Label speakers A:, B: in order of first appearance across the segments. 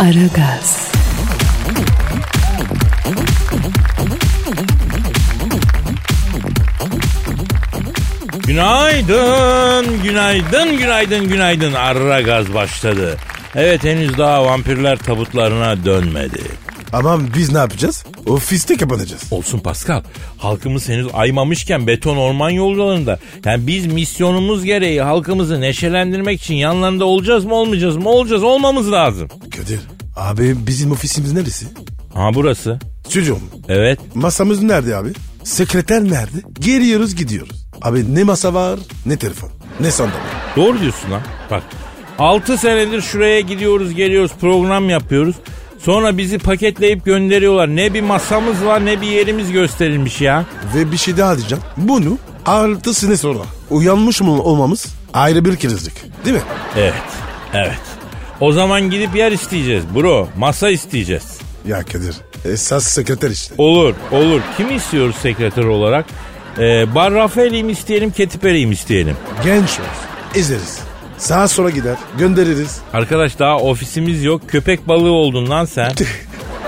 A: Aragaz,
B: Günaydın, günaydın, günaydın, günaydın. Arra gaz başladı. Evet henüz daha vampirler tabutlarına dönmedi.
C: Aman biz ne yapacağız? Ofiste kapanacağız.
B: Olsun Pascal. Halkımız henüz aymamışken beton orman yollarında. Yani biz misyonumuz gereği halkımızı neşelendirmek için yanlarında olacağız mı olmayacağız mı olacağız olmamız lazım.
C: Kadir. Abi bizim ofisimiz neresi?
B: Ha burası.
C: Stüdyo mu?
B: Evet.
C: Masamız nerede abi? Sekreter nerede? Geliyoruz gidiyoruz. Abi ne masa var ne telefon. Ne sandalye.
B: Doğru diyorsun lan. Bak 6 senedir şuraya gidiyoruz geliyoruz program yapıyoruz. Sonra bizi paketleyip gönderiyorlar. Ne bir masamız var ne bir yerimiz gösterilmiş ya.
C: Ve bir şey daha diyeceğim. Bunu altı sene sonra uyanmış mı olmamız ayrı bir krizlik. Değil mi?
B: Evet. Evet. O zaman gidip yer isteyeceğiz bro. Masa isteyeceğiz.
C: Ya Kadir esas sekreter işte.
B: Olur olur. Kim istiyoruz sekreter olarak? Ee, Bar Rafael'i mi isteyelim, Ketiperi'yi mi isteyelim?
C: Genç olsun. İzleriz. Sağa sola gider göndeririz.
B: Arkadaş daha ofisimiz yok. Köpek balığı oldun lan sen.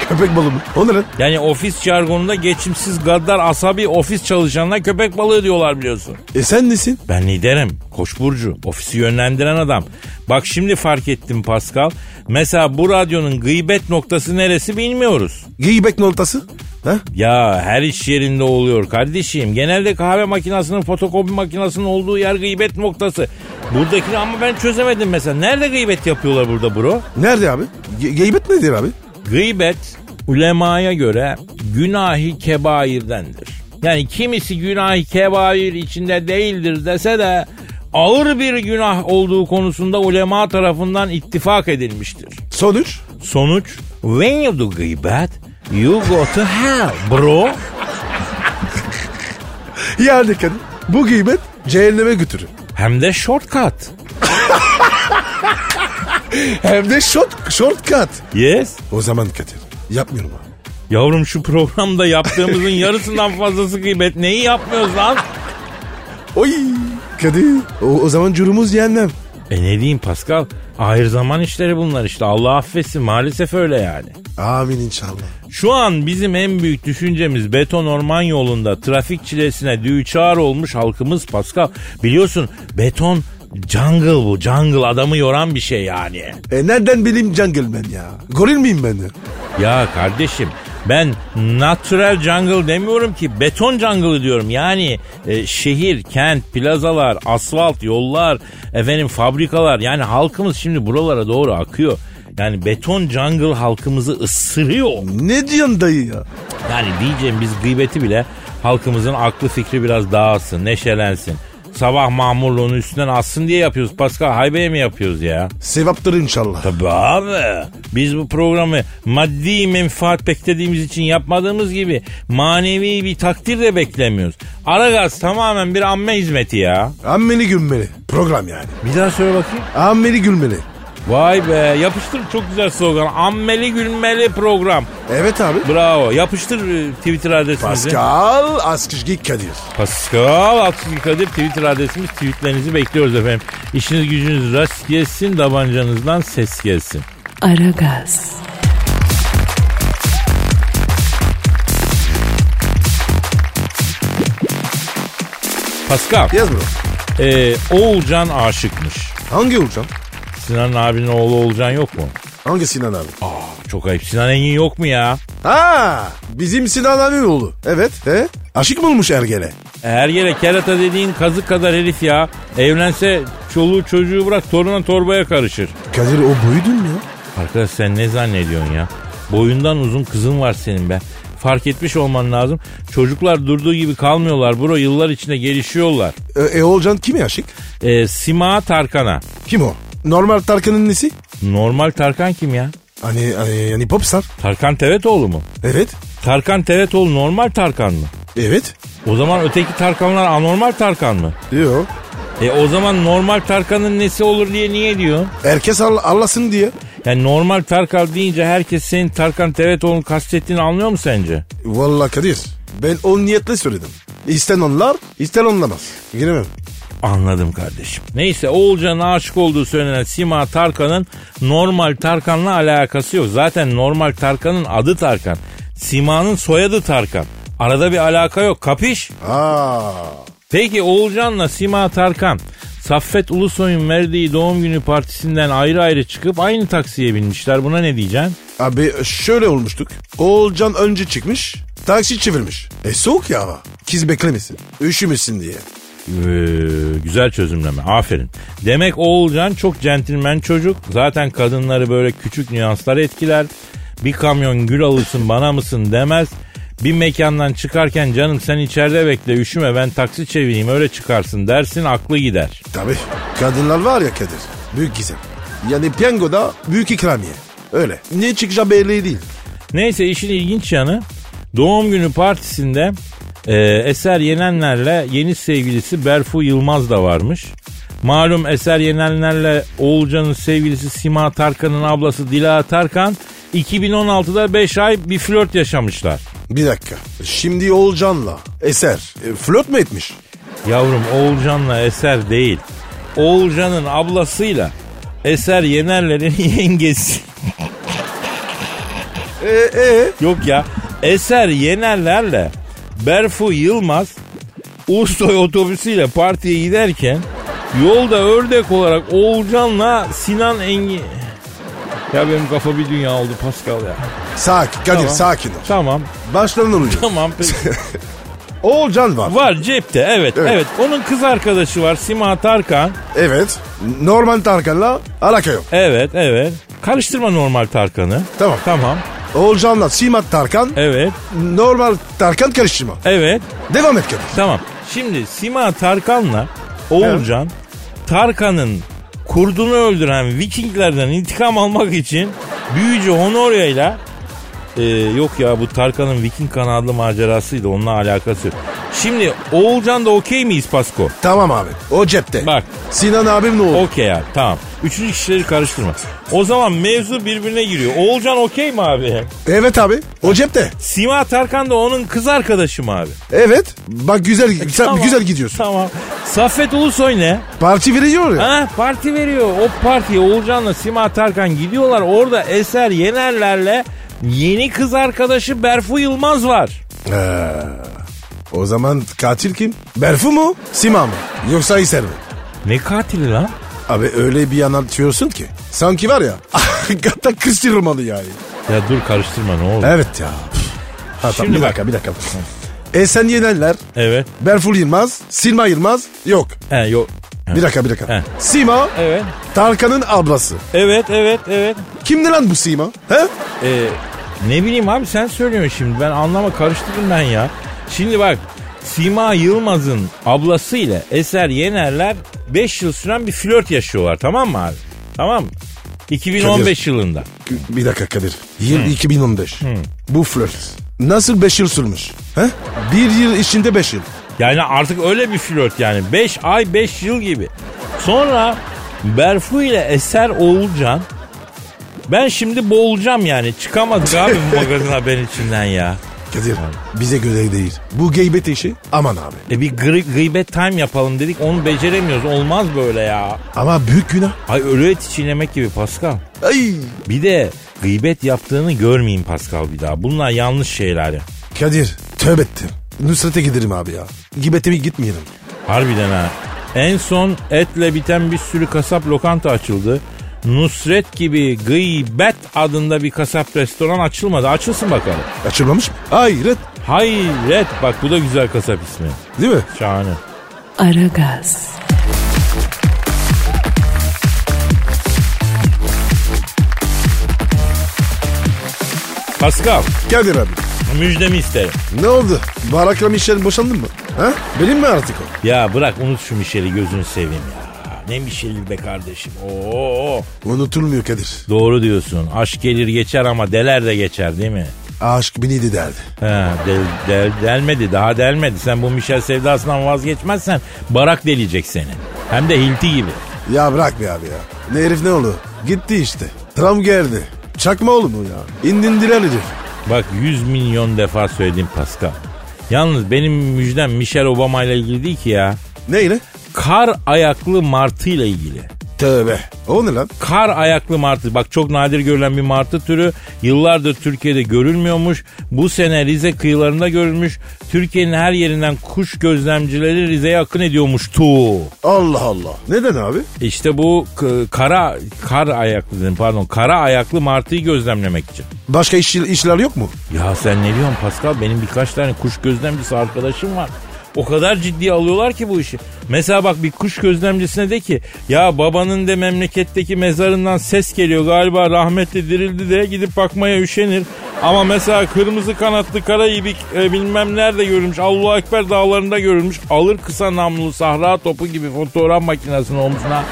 C: Köpek balığı mı? O ne lan?
B: Yani ofis jargonunda geçimsiz gaddar asabi ofis çalışanına köpek balığı diyorlar biliyorsun.
C: E sen nesin?
B: Ben liderim. Koç Burcu. Ofisi yönlendiren adam. Bak şimdi fark ettim Pascal. Mesela bu radyonun gıybet noktası neresi bilmiyoruz.
C: Giybek noktası? Ha?
B: Ya her iş yerinde oluyor kardeşim. Genelde kahve makinesinin fotokopi makinesinin olduğu yer gıybet noktası. Buradakini ama ben çözemedim mesela. Nerede gıybet yapıyorlar burada bro?
C: Nerede abi? Ge- Geybet nedir abi?
B: Gıybet ulemaya göre günahi kebairdendir. Yani kimisi günahi kebair içinde değildir dese de ağır bir günah olduğu konusunda ulema tarafından ittifak edilmiştir.
C: Sonuç?
B: Sonuç when you do gıybet you go to hell bro.
C: Yani kadın bu gıybet cehenneme götürür.
B: Hem de shortcut.
C: Hem de short, shortcut.
B: Yes.
C: O zaman Kadir yapmıyorum abi.
B: Yavrum şu programda yaptığımızın yarısından fazlası gıybet. Neyi yapmıyoruz lan?
C: Oy Kadir o, o zaman curumuz yenmem.
B: E ne diyeyim Pascal? Ahir zaman işleri bunlar işte. Allah affetsin maalesef öyle yani.
C: Amin inşallah.
B: Şu an bizim en büyük düşüncemiz beton orman yolunda trafik çilesine düçar olmuş halkımız Pascal. Biliyorsun beton jungle bu. Jungle adamı yoran bir şey yani.
C: E nereden bileyim jungle ben ya? Goril miyim ben ya?
B: Ya kardeşim ben natural jungle demiyorum ki beton jungle diyorum. Yani e, şehir, kent, plazalar, asfalt, yollar, efendim fabrikalar yani halkımız şimdi buralara doğru akıyor. Yani beton jungle halkımızı ısırıyor.
C: Ne diyorsun dayı ya?
B: Yani diyeceğim biz gıybeti bile halkımızın aklı fikri biraz dağılsın, neşelensin. Sabah mamurluğunu üstünden atsın diye yapıyoruz. Pascal haybeye mi yapıyoruz ya?
C: Sevaptır inşallah.
B: Tabii abi. Biz bu programı maddi menfaat beklediğimiz için yapmadığımız gibi manevi bir takdir de beklemiyoruz. Aragaz tamamen bir amme hizmeti ya.
C: Ammeli gülmeli. Program yani.
B: Bir daha söyle bakayım.
C: Ammeli gülmeli.
B: Vay be yapıştır çok güzel slogan. Ammeli gülmeli program.
C: Evet abi.
B: Bravo. Yapıştır e, Twitter adresimizi.
C: Pascal Askışgi Kadir.
B: Pascal Askizgi Kadir Twitter adresimiz. Tweetlerinizi bekliyoruz efendim. İşiniz gücünüz rast gelsin. Davancanızdan ses gelsin.
A: Aragaz,
B: Pascal.
C: Yaz bunu.
B: E, Oğulcan aşıkmış.
C: Hangi Uğurcan?
B: Sinan abinin oğlu Oğulcan yok mu?
C: Hangi Sinan abi?
B: Çok ayıp. Sinan Engin yok mu ya?
C: Ha, bizim Sinan abinin oğlu. Evet. He? Aşık mı olmuş ergene?
B: Her yere kerata dediğin kazık kadar herif ya. Evlense çoluğu çocuğu bırak toruna torbaya karışır.
C: Kadir o boyudun mu ya?
B: Arkadaş sen ne zannediyorsun ya? Boyundan uzun kızın var senin be. Fark etmiş olman lazım. Çocuklar durduğu gibi kalmıyorlar bro. Yıllar içinde gelişiyorlar.
C: E, e Oğulcan kime aşık?
B: e, Sima Tarkan'a.
C: Kim o? Normal Tarkan'ın nesi?
B: Normal Tarkan kim ya?
C: Hani, hani, hani popstar.
B: Tarkan Tevetoğlu mu?
C: Evet.
B: Tarkan Tevetoğlu normal Tarkan mı?
C: Evet.
B: O zaman öteki Tarkanlar anormal Tarkan mı?
C: Yok.
B: E o zaman normal Tarkan'ın nesi olur diye niye diyor?
C: Herkes al- Allah'sın diye.
B: Yani normal Tarkan deyince herkes senin Tarkan Tevetoğlu'nu kastettiğini anlıyor mu sence?
C: Vallahi Kadir. Ben o niyetle söyledim. İsten onlar, ister onlamaz. Giremem.
B: Anladım kardeşim. Neyse Oğulcan'ın aşık olduğu söylenen Sima Tarkan'ın normal Tarkan'la alakası yok. Zaten normal Tarkan'ın adı Tarkan. Sima'nın soyadı Tarkan. Arada bir alaka yok. Kapış?
C: Aa.
B: Peki Oğulcan'la Sima Tarkan Saffet Ulusoy'un verdiği doğum günü partisinden ayrı ayrı çıkıp aynı taksiye binmişler. Buna ne diyeceksin?
C: Abi şöyle olmuştuk. Oğulcan önce çıkmış, taksi çevirmiş. E soğuk ya hava. Kız beklemesin, üşümesin diye.
B: Ee, güzel çözümleme. Aferin. Demek Oğulcan çok centilmen çocuk. Zaten kadınları böyle küçük nüanslar etkiler. Bir kamyon gül alırsın bana mısın demez. Bir mekandan çıkarken canım sen içeride bekle üşüme ben taksi çevireyim öyle çıkarsın dersin aklı gider.
C: Tabii. Kadınlar var ya Kadir, büyük gizem. Yani piyangoda büyük ikramiye. Öyle. Ne çıkacağı belli değil.
B: Neyse işin ilginç yanı doğum günü partisinde e, Eser Yenenler'le yeni sevgilisi Berfu Yılmaz da varmış. Malum Eser Yenenler'le Oğulcan'ın sevgilisi Sima Tarkan'ın ablası Dila Tarkan 2016'da 5 ay bir flört yaşamışlar.
C: Bir dakika. Şimdi Oğulcan'la Eser e, flört mü etmiş?
B: Yavrum Oğulcan'la Eser değil. Oğulcan'ın ablasıyla Eser Yenerler'in yengesi.
C: E,
B: Yok ya. Eser Yenerler'le Berfu Yılmaz Ulusoy otobüsüyle partiye giderken yolda ördek olarak Oğulcan'la Sinan Engi... Ya benim kafa bir dünya oldu Pascal ya.
C: Sakin Kadir
B: Tamam.
C: sakin ol.
B: Tamam.
C: Başlarından oluyor.
B: Tamam peki.
C: Oğulcan var.
B: Var cepte evet,
C: Evet.
B: evet. Onun kız arkadaşı var Sima Tarkan.
C: Evet. Normal Tarkan'la alaka yok.
B: Evet evet. Karıştırma normal Tarkan'ı.
C: Tamam.
B: Tamam.
C: Oğulcan'la Simat Tarkan,
B: Evet.
C: normal Tarkan karıştırma.
B: Evet.
C: Devam et Kadir.
B: Tamam. Şimdi Sima Tarkan'la Oğulcan Tarkan'ın kurdunu öldüren Vikinglerden intikam almak için büyücü Honoria'yla Ee, yok ya bu Tarkan'ın Viking kanı adlı macerasıydı. Onunla alakası yok. Şimdi Oğulcan da okey miyiz Pasko?
C: Tamam abi. O cepte.
B: Bak.
C: Sinan abim ne oldu?
B: Okey abi tamam. Üçüncü kişileri karıştırma. O zaman mevzu birbirine giriyor. Oğulcan okey mi abi?
C: Evet abi. O cepte.
B: Sima Tarkan da onun kız arkadaşı mı abi?
C: Evet. Bak güzel sen
B: Tamam,
C: güzel gidiyorsun.
B: Tamam. Saffet Ulusoy ne?
C: Parti veriyor ya.
B: Ha, parti veriyor. O partiye Oğulcan'la Sima Tarkan gidiyorlar. Orada Eser Yenerler'le yeni kız arkadaşı Berfu Yılmaz var.
C: O zaman katil kim? Berfu mu? Sima mı? Yoksa İser mi?
B: Ne katili lan?
C: Abi öyle bir anlatıyorsun ki. Sanki var ya. Hakikaten kıstırılmalı yani.
B: Ya dur karıştırma ne olur.
C: Evet ya. Ha, tamam,
B: Şimdi
C: bir
B: bak.
C: dakika bir dakika. Esen Yenerler,
B: Evet.
C: Berful Yılmaz, Silma Yılmaz yok.
B: He yok. He.
C: Bir dakika bir dakika.
B: He.
C: Sima
B: Evet.
C: Tarkan'ın ablası.
B: Evet evet evet.
C: Kimdi lan bu Sima? He?
B: Ee, ne bileyim abi sen söylüyorsun şimdi. Ben anlama karıştırdım ben ya. Şimdi bak Sima Yılmaz'ın ablasıyla Eser Yenerler 5 yıl süren bir flört yaşıyorlar tamam mı abi? Tamam mı? 2015 yılında.
C: Bir dakika Kadir. Yıl
B: Hmm.
C: 2015. Bu flört. Nasıl 5 yıl sürmüş? He? Bir yıl içinde 5 yıl.
B: Yani artık öyle bir flört yani. 5 ay 5 yıl gibi. Sonra Berfu ile Eser Oğulcan. Ben şimdi boğulacağım yani. Çıkamadık abi bu magazin haberin içinden ya.
C: Kadir bize göre değil. Bu geybet işi aman abi.
B: E bir gri- gıybet time yapalım dedik onu beceremiyoruz. Olmaz böyle ya.
C: Ama büyük günah.
B: Ay ölü eti çiğnemek gibi Pascal.
C: Ay.
B: Bir de gıybet yaptığını görmeyeyim Pascal bir daha. Bunlar yanlış şeyler ya.
C: Kadir tövbe ettim. Nusret'e giderim abi ya. Gibete bir gitmeyelim.
B: Harbiden ha. En son etle biten bir sürü kasap lokanta açıldı. Nusret gibi gıybet adında bir kasap restoran açılmadı. Açılsın bakalım.
C: Açılmamış mı? Hayret.
B: Hayret bak bu da güzel kasap ismi.
C: Değil mi?
B: Şahane.
A: Aragaz,
B: Pascal
C: Kadir abi.
B: müjdemi isterim.
C: Ne oldu? Barakla Michel boşandın mı? Ha? Benim mi artık o?
B: Ya bırak unut şu Michel'i gözünü seveyim ya. Ne bir şehir be kardeşim. Oo.
C: Unutulmuyor Kadir.
B: Doğru diyorsun. Aşk gelir geçer ama deler de geçer değil mi?
C: Aşk biniydi derdi.
B: He, del- del- delmedi daha delmedi. Sen bu Michel sevdasından vazgeçmezsen barak delecek seni. Hem de hilti gibi.
C: Ya bırak be abi ya. Ne herif ne oldu? Gitti işte. Tram geldi. Çakma oğlum bu ya. İndindiler herif.
B: Bak 100 milyon defa söyledim Pascal. Yalnız benim müjdem Michelle Obama ile ilgili değil ki ya.
C: Neyle?
B: Kar ayaklı martı ile ilgili.
C: Tövbe. O ne lan?
B: Kar ayaklı martı. Bak çok nadir görülen bir martı türü. Yıllardır Türkiye'de görülmüyormuş. Bu sene Rize kıyılarında görülmüş. Türkiye'nin her yerinden kuş gözlemcileri Rize'ye akın ediyormuştu.
C: Allah Allah. Neden abi?
B: İşte bu k- kara kar ayaklı dedim pardon. Kara ayaklı martıyı gözlemlemek için.
C: Başka iş, işler yok mu?
B: Ya sen ne diyorsun Pascal? Benim birkaç tane kuş gözlemcisi arkadaşım var. O kadar ciddiye alıyorlar ki bu işi. Mesela bak bir kuş gözlemcisine de ki ya babanın de memleketteki mezarından ses geliyor galiba rahmetli dirildi de gidip bakmaya üşenir. Ama mesela kırmızı kanatlı kara ibik e, bilmem nerede görülmüş Allahu Ekber dağlarında görülmüş alır kısa namlulu sahra topu gibi fotoğraf makinesinin omzuna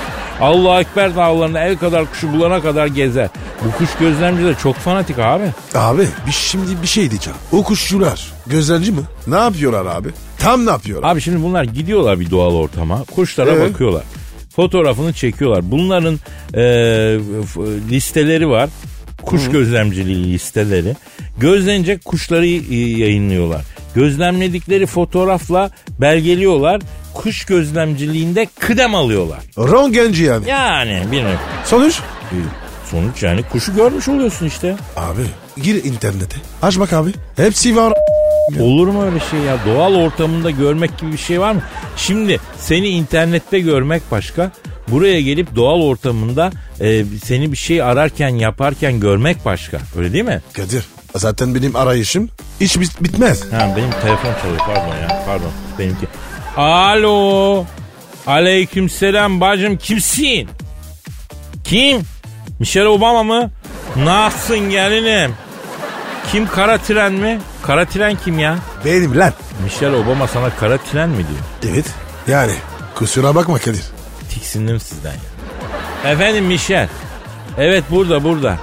B: Allahu Ekber dağlarında el kadar kuşu bulana kadar gezer. Bu kuş gözlemci de çok fanatik abi.
C: Abi bir, şimdi bir şey diyeceğim. O kuşçular gözlemci mi? Ne yapıyorlar abi? Tam ne yapıyorlar?
B: Abi şimdi bunlar gidiyorlar bir doğal ortama. Kuşlara
C: Ee?
B: bakıyorlar. Fotoğrafını çekiyorlar. Bunların eee, f- listeleri var. Kuş gözlemciliği listeleri. Gözlenecek kuşları y- yayınlıyorlar. Gözlemledikleri fotoğrafla belgeliyorlar. Kuş gözlemciliğinde kıdem alıyorlar.
C: Rongenci yani.
B: Yani bir ne-
C: Sonuç?
B: sonuç yani kuşu görmüş oluyorsun işte.
C: Abi gir internete. Aç bak abi. Hepsi var.
B: Olur mu öyle şey ya? Doğal ortamında görmek gibi bir şey var mı? Şimdi seni internette görmek başka. Buraya gelip doğal ortamında e, seni bir şey ararken yaparken görmek başka. Öyle değil mi?
C: Kadir zaten benim arayışım hiç bit- bitmez.
B: Ha benim telefon çalıyor pardon ya pardon benimki. Alo. Aleykümselam bacım kimsin? Kim? Michelle Obama mı? Nasılsın gelinim? Kim kara tren mi? Kara tren kim ya?
C: Benim lan.
B: Michelle Obama sana kara tren mi diyor?
C: Evet. Yani kusura bakma Kadir.
B: Tiksindim sizden ya. Efendim Michel. Evet burada burada.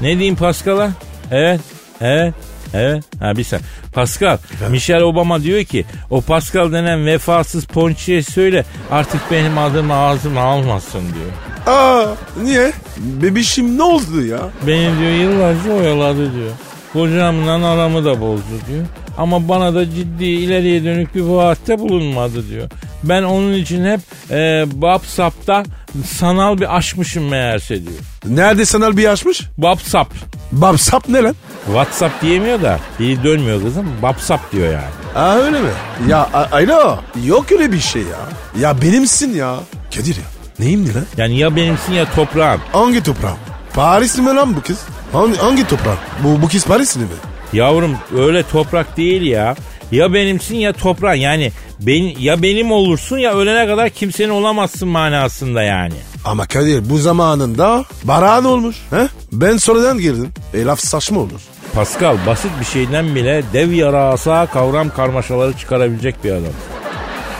B: Ne diyeyim Pascal'a? Evet. Evet. Evet. Ha bir saniye. Pascal. Michel Obama diyor ki o Pascal denen vefasız ponçiye söyle artık benim adımı ağzıma almasın diyor.
C: Aa niye? Bebişim ne oldu ya?
B: Beni diyor yıllarca oyaladı diyor. Kocamla aramı da bozdu diyor. Ama bana da ciddi ileriye dönük bir vaatte bulunmadı diyor. Ben onun için hep e, Babsap'ta sanal bir aşmışım meğerse diyor.
C: Nerede sanal bir açmış?
B: Babsap.
C: Babsap ne lan?
B: Whatsapp diyemiyor da dili dönmüyor kızım. Babsap diyor yani.
C: Aa öyle mi? Ya a- alo yok öyle bir şey ya. Ya benimsin ya. Kadir ya neyimdi lan?
B: Yani ya benimsin ya toprağın.
C: Hangi toprağım? Paris mi lan bu kız? Hangi, hangi toprak? Bu, bu kız Parisli mi?
B: Yavrum öyle toprak değil ya. Ya benimsin ya toprağın. Yani ben, ya benim olursun ya ölene kadar kimsenin olamazsın manasında yani.
C: Ama Kadir bu zamanında barağın olmuş. He? Ben sonradan girdim. E laf saçma olur.
B: Pascal basit bir şeyden bile dev yarasa kavram karmaşaları çıkarabilecek bir adam.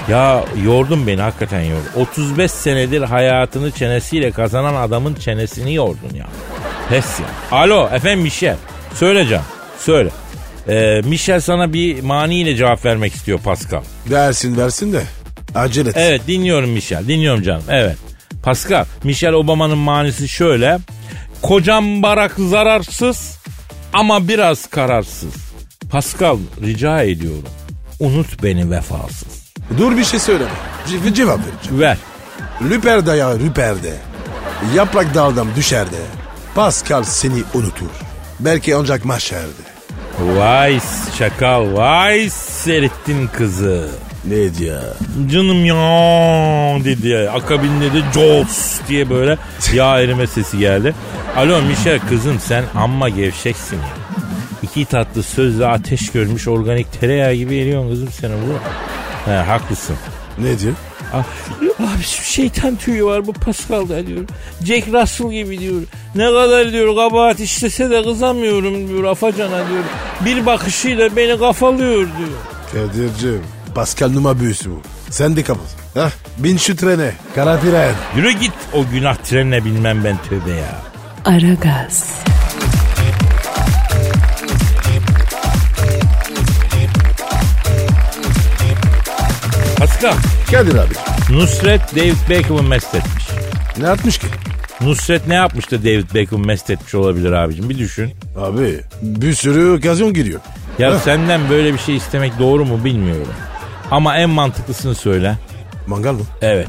B: Ya yordun beni hakikaten yordun. 35 senedir hayatını çenesiyle kazanan adamın çenesini yordun ya. Pes ya. Alo efendim Michel. Söyle can. Söyle. Ee, Michel sana bir maniyle cevap vermek istiyor Pascal.
C: Versin versin de acele et.
B: Evet dinliyorum Michel. Dinliyorum canım. Evet. Pascal, Michel Obama'nın manisi şöyle. Kocam barak zararsız ama biraz kararsız. Pascal rica ediyorum. Unut beni vefasız.
C: Dur bir şey söyleme. Ce- cevap vereceğim.
B: Ver.
C: Lüperde ya lüperde. Yaprak daldan düşerde. Pascal seni unutur. Belki ancak mahşerde.
B: Vay şakal vay serittin kızı.
C: Ne diyor?
B: Canım ya dedi. Akabinde de Jaws diye böyle yağ erime sesi geldi. Alo Michel kızım sen amma gevşeksin ya. İki tatlı sözle ateş görmüş organik tereyağı gibi eriyorsun kızım sen oğlum. He haklısın.
C: Ne diyor?
B: Ah, Abi şu şeytan tüyü var bu Pascal'da diyor. Jack Russell gibi diyor. Ne kadar diyor kabahat işlese de kızamıyorum diyor Afacana diyor. Bir bakışıyla beni kafalıyor diyor.
C: Kadir'cim Pascal Numa büyüsü bu. Sen de kapat. Hah, bin şu trene. Kara tren.
B: Yürü git o günah trenine bilmem ben tövbe ya.
A: Aragaz,
B: Pascal,
C: Kadir abi.
B: Nusret David Beckham'ı mest etmiş.
C: Ne atmış ki?
B: Nusret ne yapmış da David Beckham'ı mest etmiş olabilir abicim bir düşün.
C: Abi bir sürü gazyon giriyor.
B: Ya
C: Heh.
B: senden böyle bir şey istemek doğru mu bilmiyorum. Ama en mantıklısını söyle.
C: Mangal mı?
B: Evet.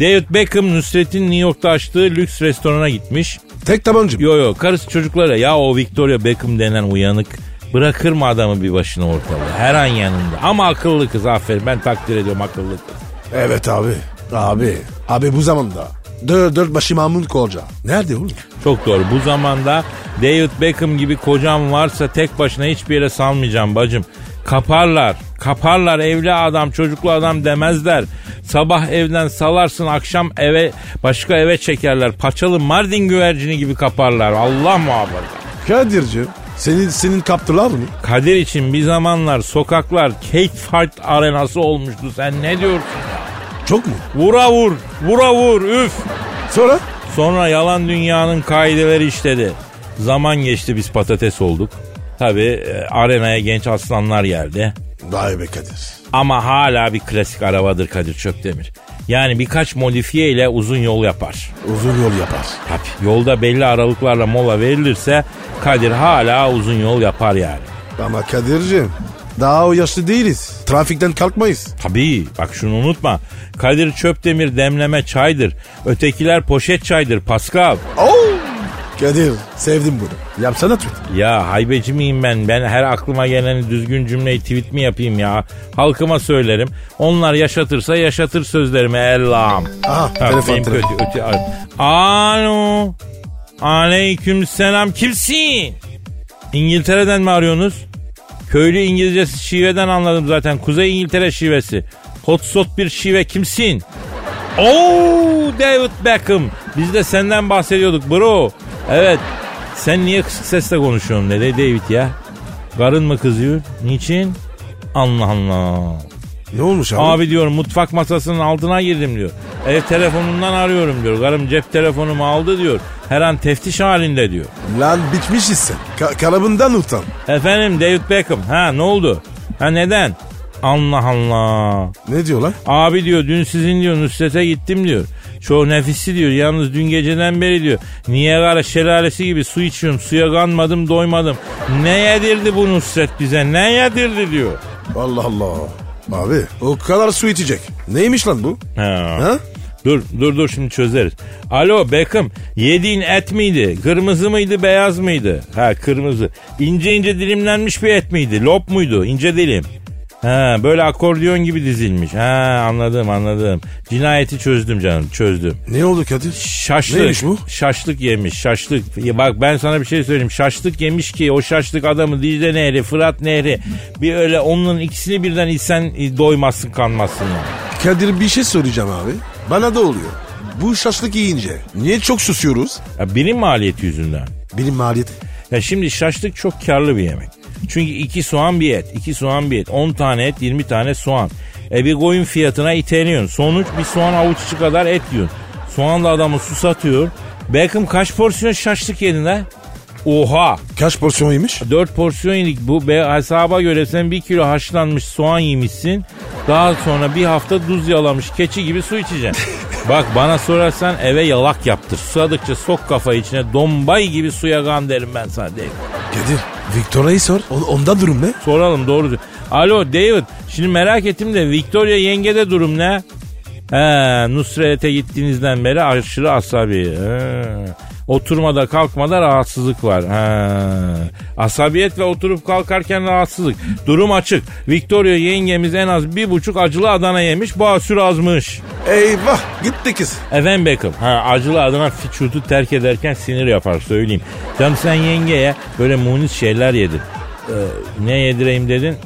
B: David Beckham Nusret'in New York'ta açtığı lüks restorana gitmiş.
C: Tek tabanca mı?
B: Yo yo karısı çocuklara ya o Victoria Beckham denen uyanık bırakır mı adamı bir başına ortalığı her an yanında. Ama akıllı kız aferin ben takdir ediyorum akıllı kız.
C: Evet abi. Abi. Abi bu zamanda. Dört, dört başı Mahmut Kolca. Nerede oğlum?
B: Çok doğru bu zamanda David Beckham gibi kocam varsa tek başına hiçbir yere salmayacağım bacım. Kaparlar, kaparlar evli adam, çocuklu adam demezler. Sabah evden salarsın, akşam eve başka eve çekerler. Paçalı Mardin güvercini gibi kaparlar. Allah muhafaza.
C: Kadir'cim. Senin, senin kaptılar mı?
B: Kadir için bir zamanlar sokaklar Kate Fight arenası olmuştu. Sen ne diyorsun?
C: Çok mu?
B: Vura vur, vura vur, üf.
C: Sonra?
B: Sonra yalan dünyanın kaideleri işledi. Zaman geçti biz patates olduk. Tabi arenaya genç aslanlar geldi.
C: Vay be Kadir.
B: Ama hala bir klasik arabadır Kadir Çöptemir. Yani birkaç modifiye ile uzun yol yapar.
C: Uzun yol yapar.
B: Tabii yolda belli aralıklarla mola verilirse Kadir hala uzun yol yapar yani.
C: Ama Kadir'cim daha o yaşlı değiliz. Trafikten kalkmayız.
B: Tabii bak şunu unutma. Kadir Çöptemir demleme çaydır. Ötekiler poşet çaydır Pascal.
C: Oo! Kadir sevdim bunu. Yapsana tweet.
B: Ya haybeci miyim ben? Ben her aklıma geleni düzgün cümleyi tweet mi yapayım ya? Halkıma söylerim. Onlar yaşatırsa yaşatır sözlerimi Allah'ım.
C: Aha
B: Ha,
C: telefon
B: benim
C: telefon.
B: kötü, öte- ay- Alo. Aleyküm selam. Kimsin? İngiltere'den mi arıyorsunuz? Köylü İngilizcesi şiveden anladım zaten. Kuzey İngiltere şivesi. Hotsot bir şive kimsin? Oo Oh, David Beckham. Biz de senden bahsediyorduk bro. Evet. Sen niye kısık sesle konuşuyorsun dedi David ya. Karın mı kızıyor? Niçin? Allah Allah.
C: Ne olmuş abi?
B: Abi diyorum mutfak masasının altına girdim diyor. Ev telefonundan arıyorum diyor. Karım cep telefonumu aldı diyor. Her an teftiş halinde diyor.
C: Lan bitmişiz sen. Ka- kalabından utan.
B: Efendim David Beckham. Ha ne oldu? Ha neden? Allah Allah.
C: Ne diyor lan?
B: Abi diyor dün sizin diyor Nusret'e gittim diyor. Çoğu nefisi diyor yalnız dün geceden beri diyor. Niagara şelalesi gibi su içiyorum suya kanmadım doymadım. Ne yedirdi bu Nusret bize ne yedirdi diyor.
C: Allah Allah. Abi o kadar su içecek. Neymiş lan bu?
B: Ha.
C: Ha?
B: Dur dur dur şimdi çözeriz. Alo Beckham yediğin et miydi? Kırmızı mıydı beyaz mıydı? Ha kırmızı. İnce ince dilimlenmiş bir et miydi? Lop muydu? İnce dilim. Ha böyle akordiyon gibi dizilmiş. Ha anladım anladım. Cinayeti çözdüm canım çözdüm.
C: Ne oldu Kadir?
B: Şaşlık.
C: Neymiş bu?
B: Şaşlık yemiş şaşlık. Ya Bak ben sana bir şey söyleyeyim. Şaşlık yemiş ki o şaşlık adamı Dicle Nehri, Fırat Nehri. Bir öyle onun ikisini birden içsen e, doymazsın kanmazsın yani.
C: Kadir bir şey soracağım abi. Bana da oluyor. Bu şaşlık yiyince niye çok susuyoruz?
B: Ya birim maliyeti yüzünden.
C: Benim maliyeti.
B: Ya şimdi şaşlık çok karlı bir yemek. Çünkü iki soğan bir et, iki soğan bir et, 10 tane et, 20 tane soğan. E bir koyun fiyatına iteniyorsun. Sonuç bir soğan avuç içi kadar et yiyorsun. Soğan da adamı susatıyor. Beckham kaç porsiyon şaşlık yedin ha? Oha!
C: Kaç porsiyon yemiş?
B: 4 porsiyon yedik. Bu be, hesaba göre sen 1 kilo haşlanmış soğan yemişsin. Daha sonra bir hafta tuz yalamış keçi gibi su içeceksin. Bak bana sorarsan eve yalak yaptır. Susadıkça sok kafayı içine dombay gibi suya kan derim ben sana David.
C: Kadir Victoria'yı sor. O- onda durum ne?
B: Soralım doğru. Alo David şimdi merak ettim de Victoria yengede durum ne? He, Nusret'e gittiğinizden beri aşırı asabi. He. Oturmada kalkmada rahatsızlık var. He. Asabiyet ve oturup kalkarken rahatsızlık. Durum açık. Victoria yengemiz en az bir buçuk acılı Adana yemiş. Basür azmış.
C: Eyvah gitti kız.
B: Efendim Beckham. Ha, acılı adına fiçurdu terk ederken sinir yapar söyleyeyim. Canım sen yengeye böyle munis şeyler yedin. Ee, ne yedireyim dedin?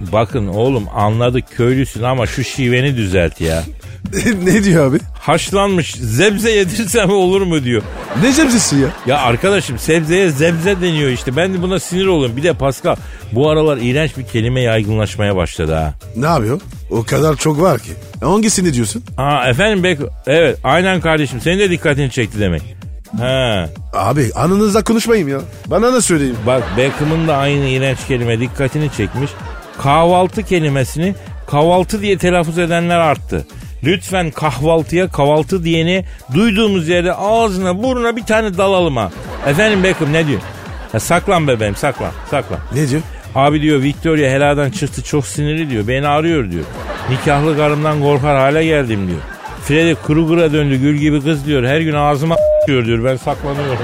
B: Bakın oğlum anladık köylüsün ama şu şiveni düzelt ya.
C: ne diyor abi?
B: Haşlanmış zebze yedirsem olur mu diyor.
C: Ne sebzesi ya?
B: Ya arkadaşım sebzeye zebze deniyor işte. Ben de buna sinir oluyorum. Bir de Pascal bu aralar iğrenç bir kelime yaygınlaşmaya başladı ha.
C: Ne yapıyor? O kadar çok var ki. E, Hangisini diyorsun?
B: Ha efendim bek evet aynen kardeşim senin de dikkatini çekti demek. Ha
C: Abi anınızda konuşmayayım ya. Bana da söyleyin.
B: bak Beckham'ın da aynı iğrenç kelime dikkatini çekmiş. Kahvaltı kelimesini kahvaltı diye telaffuz edenler arttı. Lütfen kahvaltıya kahvaltı diyeni duyduğumuz yerde ağzına burnuna bir tane dalalım ha. Efendim Beckham ne diyor? Ya saklan bebeğim saklan saklan.
C: Ne diyor?
B: Abi diyor Victoria heladan çıktı çok sinirli diyor. Beni arıyor diyor. Nikahlı karımdan korkar hale geldim diyor. Freddy Krueger'a döndü gül gibi kız diyor. Her gün ağzıma diyor diyor. Ben saklanıyorum.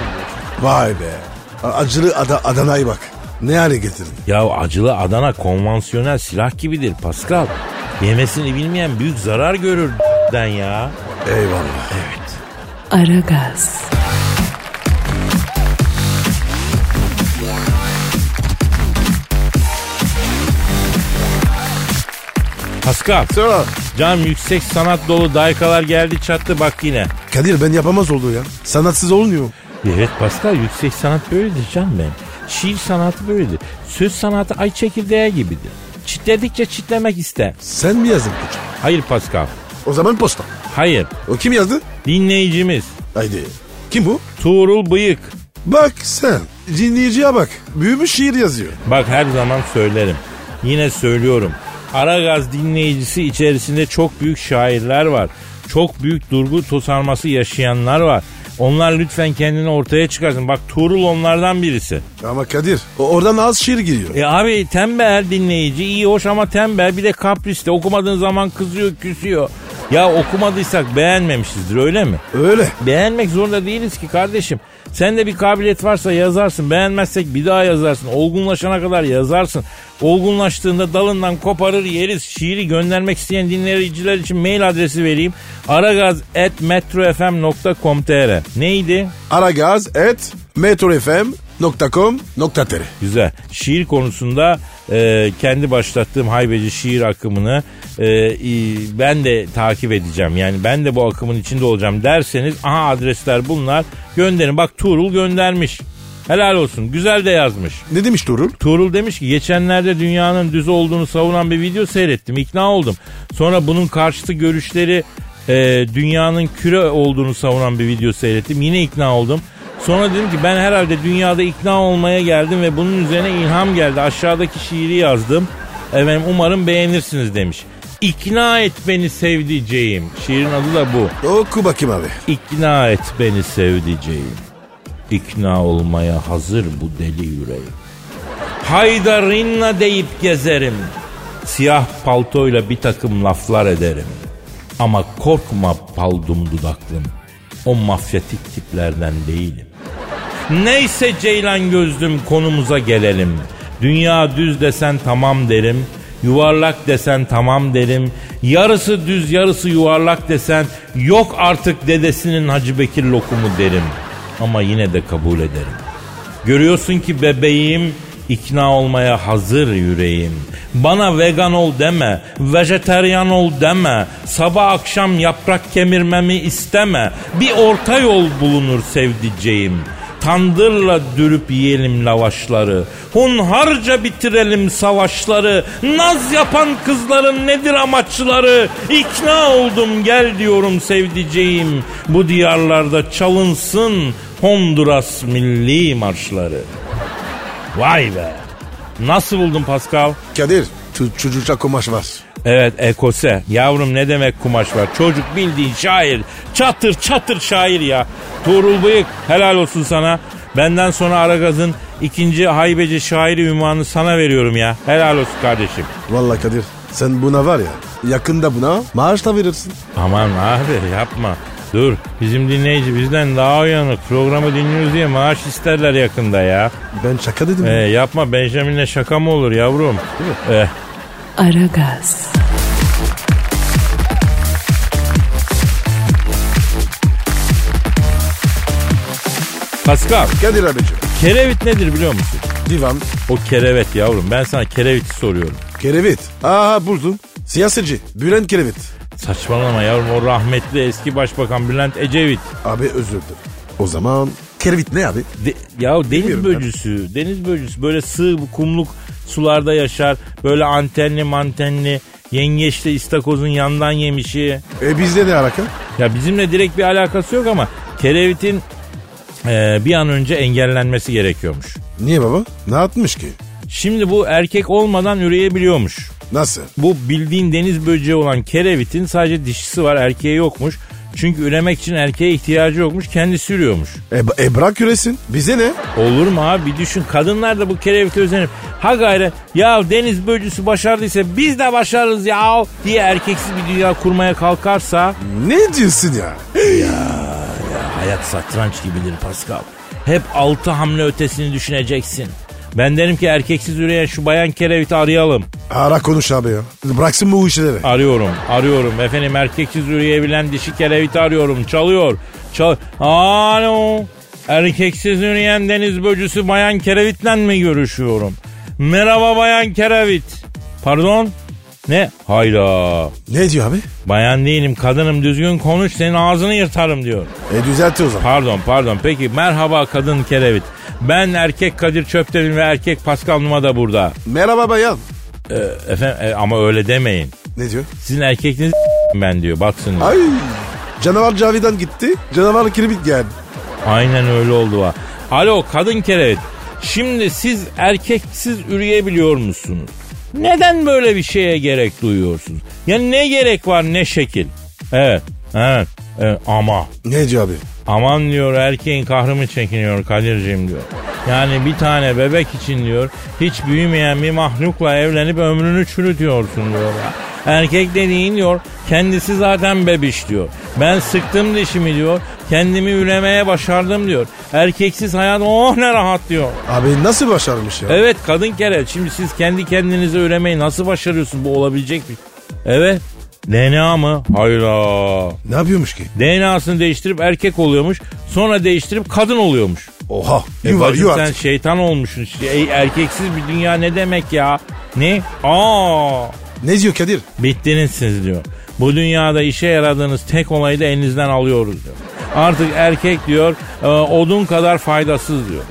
C: Vay be. A- Acılı ada Adana'yı bak. Ne hale getirdin?
B: Ya acılı Adana konvansiyonel silah gibidir Pascal. Yemesini bilmeyen büyük zarar görür den ya.
C: Eyvallah.
A: Aragaz,
B: Pascal.
C: Sonra
B: Cam yüksek sanat dolu daykalar geldi çattı bak yine.
C: Kadir ben yapamaz oldu ya. Sanatsız olmuyor.
B: Evet Pascal yüksek sanat böyledir canım benim. Şiir sanatı böyledir. Söz sanatı ay çekirdeği gibidir. Çitledikçe çitlemek ister.
C: Sen mi yazdın koçum?
B: Hayır Pascal.
C: O zaman posta.
B: Hayır.
C: O kim yazdı?
B: Dinleyicimiz.
C: Haydi. Kim bu?
B: Tuğrul Bıyık.
C: Bak sen. Dinleyiciye bak. Büyümüş şiir yazıyor.
B: Bak her zaman söylerim. Yine söylüyorum. Aragaz dinleyicisi içerisinde çok büyük şairler var. Çok büyük durgu tosarması yaşayanlar var. Onlar lütfen kendini ortaya çıkarsın. Bak Tuğrul onlardan birisi.
C: Ama Kadir o- oradan az şiir giriyor.
B: E abi tembel dinleyici iyi hoş ama tembel bir de kaprisli. Okumadığın zaman kızıyor küsüyor. Ya okumadıysak beğenmemişizdir öyle mi?
C: Öyle.
B: Beğenmek zorunda değiliz ki kardeşim. Sende bir kabiliyet varsa yazarsın. Beğenmezsek bir daha yazarsın. Olgunlaşana kadar yazarsın. Olgunlaştığında dalından koparır yeriz. Şiiri göndermek isteyen dinleyiciler için mail adresi vereyim. aragaz.metrofm.com.tr Neydi?
C: Aragaz et metrofm.com.tr
B: Güzel. Şiir konusunda e, kendi başlattığım haybeci şiir akımını e, e, ben de takip edeceğim. Yani ben de bu akımın içinde olacağım derseniz aha adresler bunlar gönderin. Bak Tuğrul göndermiş. Helal olsun. Güzel de yazmış.
C: Ne demiş Tuğrul?
B: Tuğrul demiş ki geçenlerde dünyanın düz olduğunu savunan bir video seyrettim. İkna oldum. Sonra bunun karşıtı görüşleri e, dünyanın küre olduğunu savunan bir video seyrettim. Yine ikna oldum. Sonra dedim ki ben herhalde dünyada ikna olmaya geldim ve bunun üzerine ilham geldi. Aşağıdaki şiiri yazdım. Efendim umarım beğenirsiniz demiş. İkna et beni sevdiceğim. Şiirin adı da bu.
C: Oku bakayım abi.
B: İkna et beni sevdiceğim. İkna olmaya hazır bu deli yüreğim. Hayda rinna deyip gezerim. Siyah paltoyla bir takım laflar ederim. Ama korkma paldum dudaklım. O mafyatik tiplerden değilim. Neyse ceylan gözlüm konumuza gelelim. Dünya düz desen tamam derim. Yuvarlak desen tamam derim. Yarısı düz yarısı yuvarlak desen yok artık dedesinin Hacı Bekir lokumu derim. Ama yine de kabul ederim. Görüyorsun ki bebeğim ikna olmaya hazır yüreğim. Bana vegan ol deme, vejeteryan ol deme, sabah akşam yaprak kemirmemi isteme. Bir orta yol bulunur sevdiceğim. Tandırla dürüp yiyelim lavaşları. Hunharca bitirelim savaşları. Naz yapan kızların nedir amaçları? İkna oldum gel diyorum sevdiceğim. Bu diyarlarda çalınsın Honduras milli marşları. Vay be. Nasıl buldun Pascal?
C: Kadir tu- çocukça kumaş var.
B: Evet ekose. Yavrum ne demek kumaş var? Çocuk bildiğin şair. Çatır çatır şair ya. Tuğrul Bıyık helal olsun sana. Benden sonra Aragaz'ın ikinci haybeci şairi ünvanını sana veriyorum ya. Helal olsun kardeşim.
C: Vallahi Kadir sen buna var ya yakında buna maaş da verirsin.
B: Aman abi yapma. Dur bizim dinleyici bizden daha uyanık. Programı dinliyoruz diye maaş isterler yakında ya.
C: Ben şaka dedim.
B: Ee, yapma Benjamin'le şaka mı olur yavrum? Eh,
A: Aragaz,
B: Pascal,
C: Kadir abicim.
B: kerevit nedir biliyor musun?
C: Divan.
B: O kerevet yavrum. Ben sana kereviti soruyorum.
C: Kerevit. Aha buldum. Siyasetçi. Bülent Kerevit.
B: Saçmalama yavrum o rahmetli eski başbakan Bülent Ecevit.
C: Abi özür dilerim. O zaman kervit ne abi?
B: De- ya deniz
C: Bilmiyorum ben.
B: böcüsü, deniz böcüsü böyle sığ kumluk sularda yaşar. Böyle antenli mantenli, yengeçle istakozun yandan yemişi.
C: E bizde ne alaka?
B: Ya bizimle direkt bir alakası yok ama kerevitin e, bir an önce engellenmesi gerekiyormuş.
C: Niye baba? Ne atmış ki?
B: Şimdi bu erkek olmadan üreyebiliyormuş.
C: Nasıl?
B: Bu bildiğin deniz böceği olan kerevitin sadece dişisi var erkeği yokmuş. Çünkü üremek için erkeğe ihtiyacı yokmuş kendisi ürüyormuş.
C: E, e bırak üresin. Bize ne?
B: Olur mu abi bir düşün kadınlar da bu kerevite özenip ha gayret ya deniz böcüsü başardıysa biz de başarırız ya diye erkeksiz bir dünya kurmaya kalkarsa
C: Ne diyorsun ya?
B: hayat satranç gibidir Pascal. Hep altı hamle ötesini düşüneceksin. Ben derim ki erkeksiz üreyen şu bayan kereviti arayalım.
C: Ara konuş abi ya. Bıraksın bu işleri.
B: Arıyorum, arıyorum. Efendim erkeksiz üreyebilen dişi kereviti arıyorum. Çalıyor, çal... Alo, erkeksiz üreyen deniz böcüsü bayan kerevit'le mi görüşüyorum? Merhaba bayan kerevit. Pardon? Ne? Hayda.
C: Ne diyor abi?
B: Bayan değilim, kadınım düzgün konuş senin ağzını yırtarım diyor.
C: E düzeltti o zaman.
B: Pardon pardon peki merhaba kadın kerevit. Ben erkek Kadir Çöptemir ve erkek Pascal Numa da burada.
C: Merhaba bayan.
B: Ee, efendim e, ama öyle demeyin.
C: Ne diyor?
B: Sizin erkekliğiniz ben diyor baksın. diyor.
C: Ay canavar Cavidan gitti. Canavar Kirmit geldi.
B: Aynen öyle oldu ha. Alo kadın kerevit. Şimdi siz erkeksiz üreyebiliyor musunuz? Neden böyle bir şeye gerek duyuyorsunuz? Yani ne gerek var ne şekil? Evet, evet, evet ama
C: Ne diyor abi?
B: Aman diyor erkeğin kahrı mı çekiniyor Kadir'cim diyor. Yani bir tane bebek için diyor hiç büyümeyen bir mahlukla evlenip ömrünü çürütüyorsun diyor ya. Erkek dediğin diyor kendisi zaten bebiş diyor. Ben sıktım dişimi diyor kendimi üremeye başardım diyor. Erkeksiz hayat oh ne rahat diyor.
C: Abi nasıl başarmış ya?
B: Evet kadın kere şimdi siz kendi kendinize üremeyi nasıl başarıyorsun bu olabilecek mi? Evet DNA mı? Hayra.
C: Ne yapıyormuş ki?
B: DNA'sını değiştirip erkek oluyormuş. Sonra değiştirip kadın oluyormuş.
C: Oha.
B: E
C: Yuvar
B: bacım
C: yuvar.
B: sen şeytan olmuşsun. işte. E, erkeksiz bir dünya ne demek ya? Ne? Aa!
C: Ne diyor Kadir?
B: Bittiniz siz diyor. Bu dünyada işe yaradığınız tek olayı da elinizden alıyoruz diyor. Artık erkek diyor e, odun kadar faydasız diyor.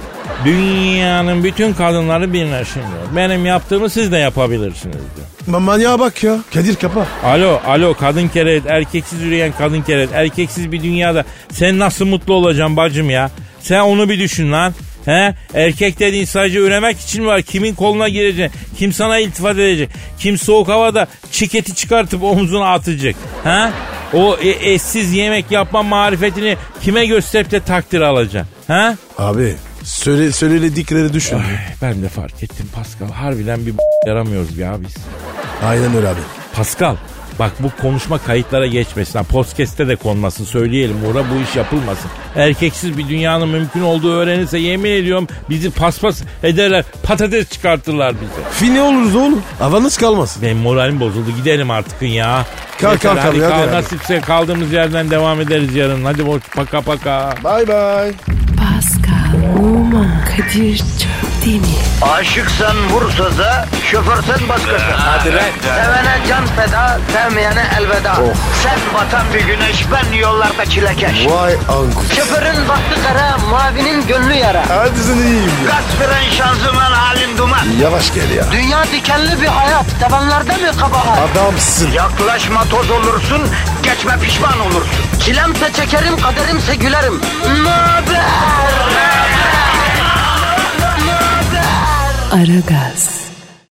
B: Dünyanın bütün kadınları birleşin diyor. Benim yaptığımı siz de yapabilirsiniz diyor.
C: Ma- Manyağa bak ya. Kadir kapa.
B: Alo alo kadın keret erkeksiz üreyen kadın keret erkeksiz bir dünyada sen nasıl mutlu olacaksın bacım ya? Sen onu bir düşün lan. He? Erkek dediğin sadece üremek için var. Kimin koluna gireceksin? Kim sana iltifat edecek? Kim soğuk havada çiketi çıkartıp omzuna atacak? He? O e- eşsiz yemek yapma marifetini kime gösterip de takdir alacaksın? He?
C: Abi söyle söyledikleri düşün.
B: Ben de fark ettim Pascal. Harbiden bir yaramıyoruz ya biz.
C: Aynen öyle abi.
B: Pascal bak bu konuşma kayıtlara geçmesin. Ha, Podcast'te de konmasın söyleyelim. Ora bu iş yapılmasın. Erkeksiz bir dünyanın mümkün olduğu öğrenirse yemin ediyorum bizi paspas ederler. Patates çıkartırlar bize.
C: Fine oluruz oğlum. Havanız kalmaz.
B: Benim moralim bozuldu. Gidelim artık ya.
C: Kalk,
B: Yeter,
C: kalk,
B: hadi
C: kalk, hadi,
B: kal,
C: hadi.
B: nasipse kaldığımız yerden devam ederiz yarın. Hadi boş paka paka.
C: Bay bay.
A: Pascal, Oman, Kadir çok değil mi?
D: Aşıksan vursa da, şoförsen başkasın. Hadi Sevene can feda, sevmeyene elveda. Sen batan bir güneş, ben yollarda çilekeş.
C: Vay anku.
D: Şoförün baktı kara, mavinin gönlü yara.
C: Hadi sen iyiyim ya.
D: Kasperen şanzıman halin duman.
C: Yavaş gel ya.
D: Dünya dikenli bir hayat, sevenlerde mi kabahar?
C: Adamsın.
D: Yaklaşma toz olursun, geçme pişman olursun. Çilemse çekerim, kaderimse gülerim. Möber!
A: Aragaz.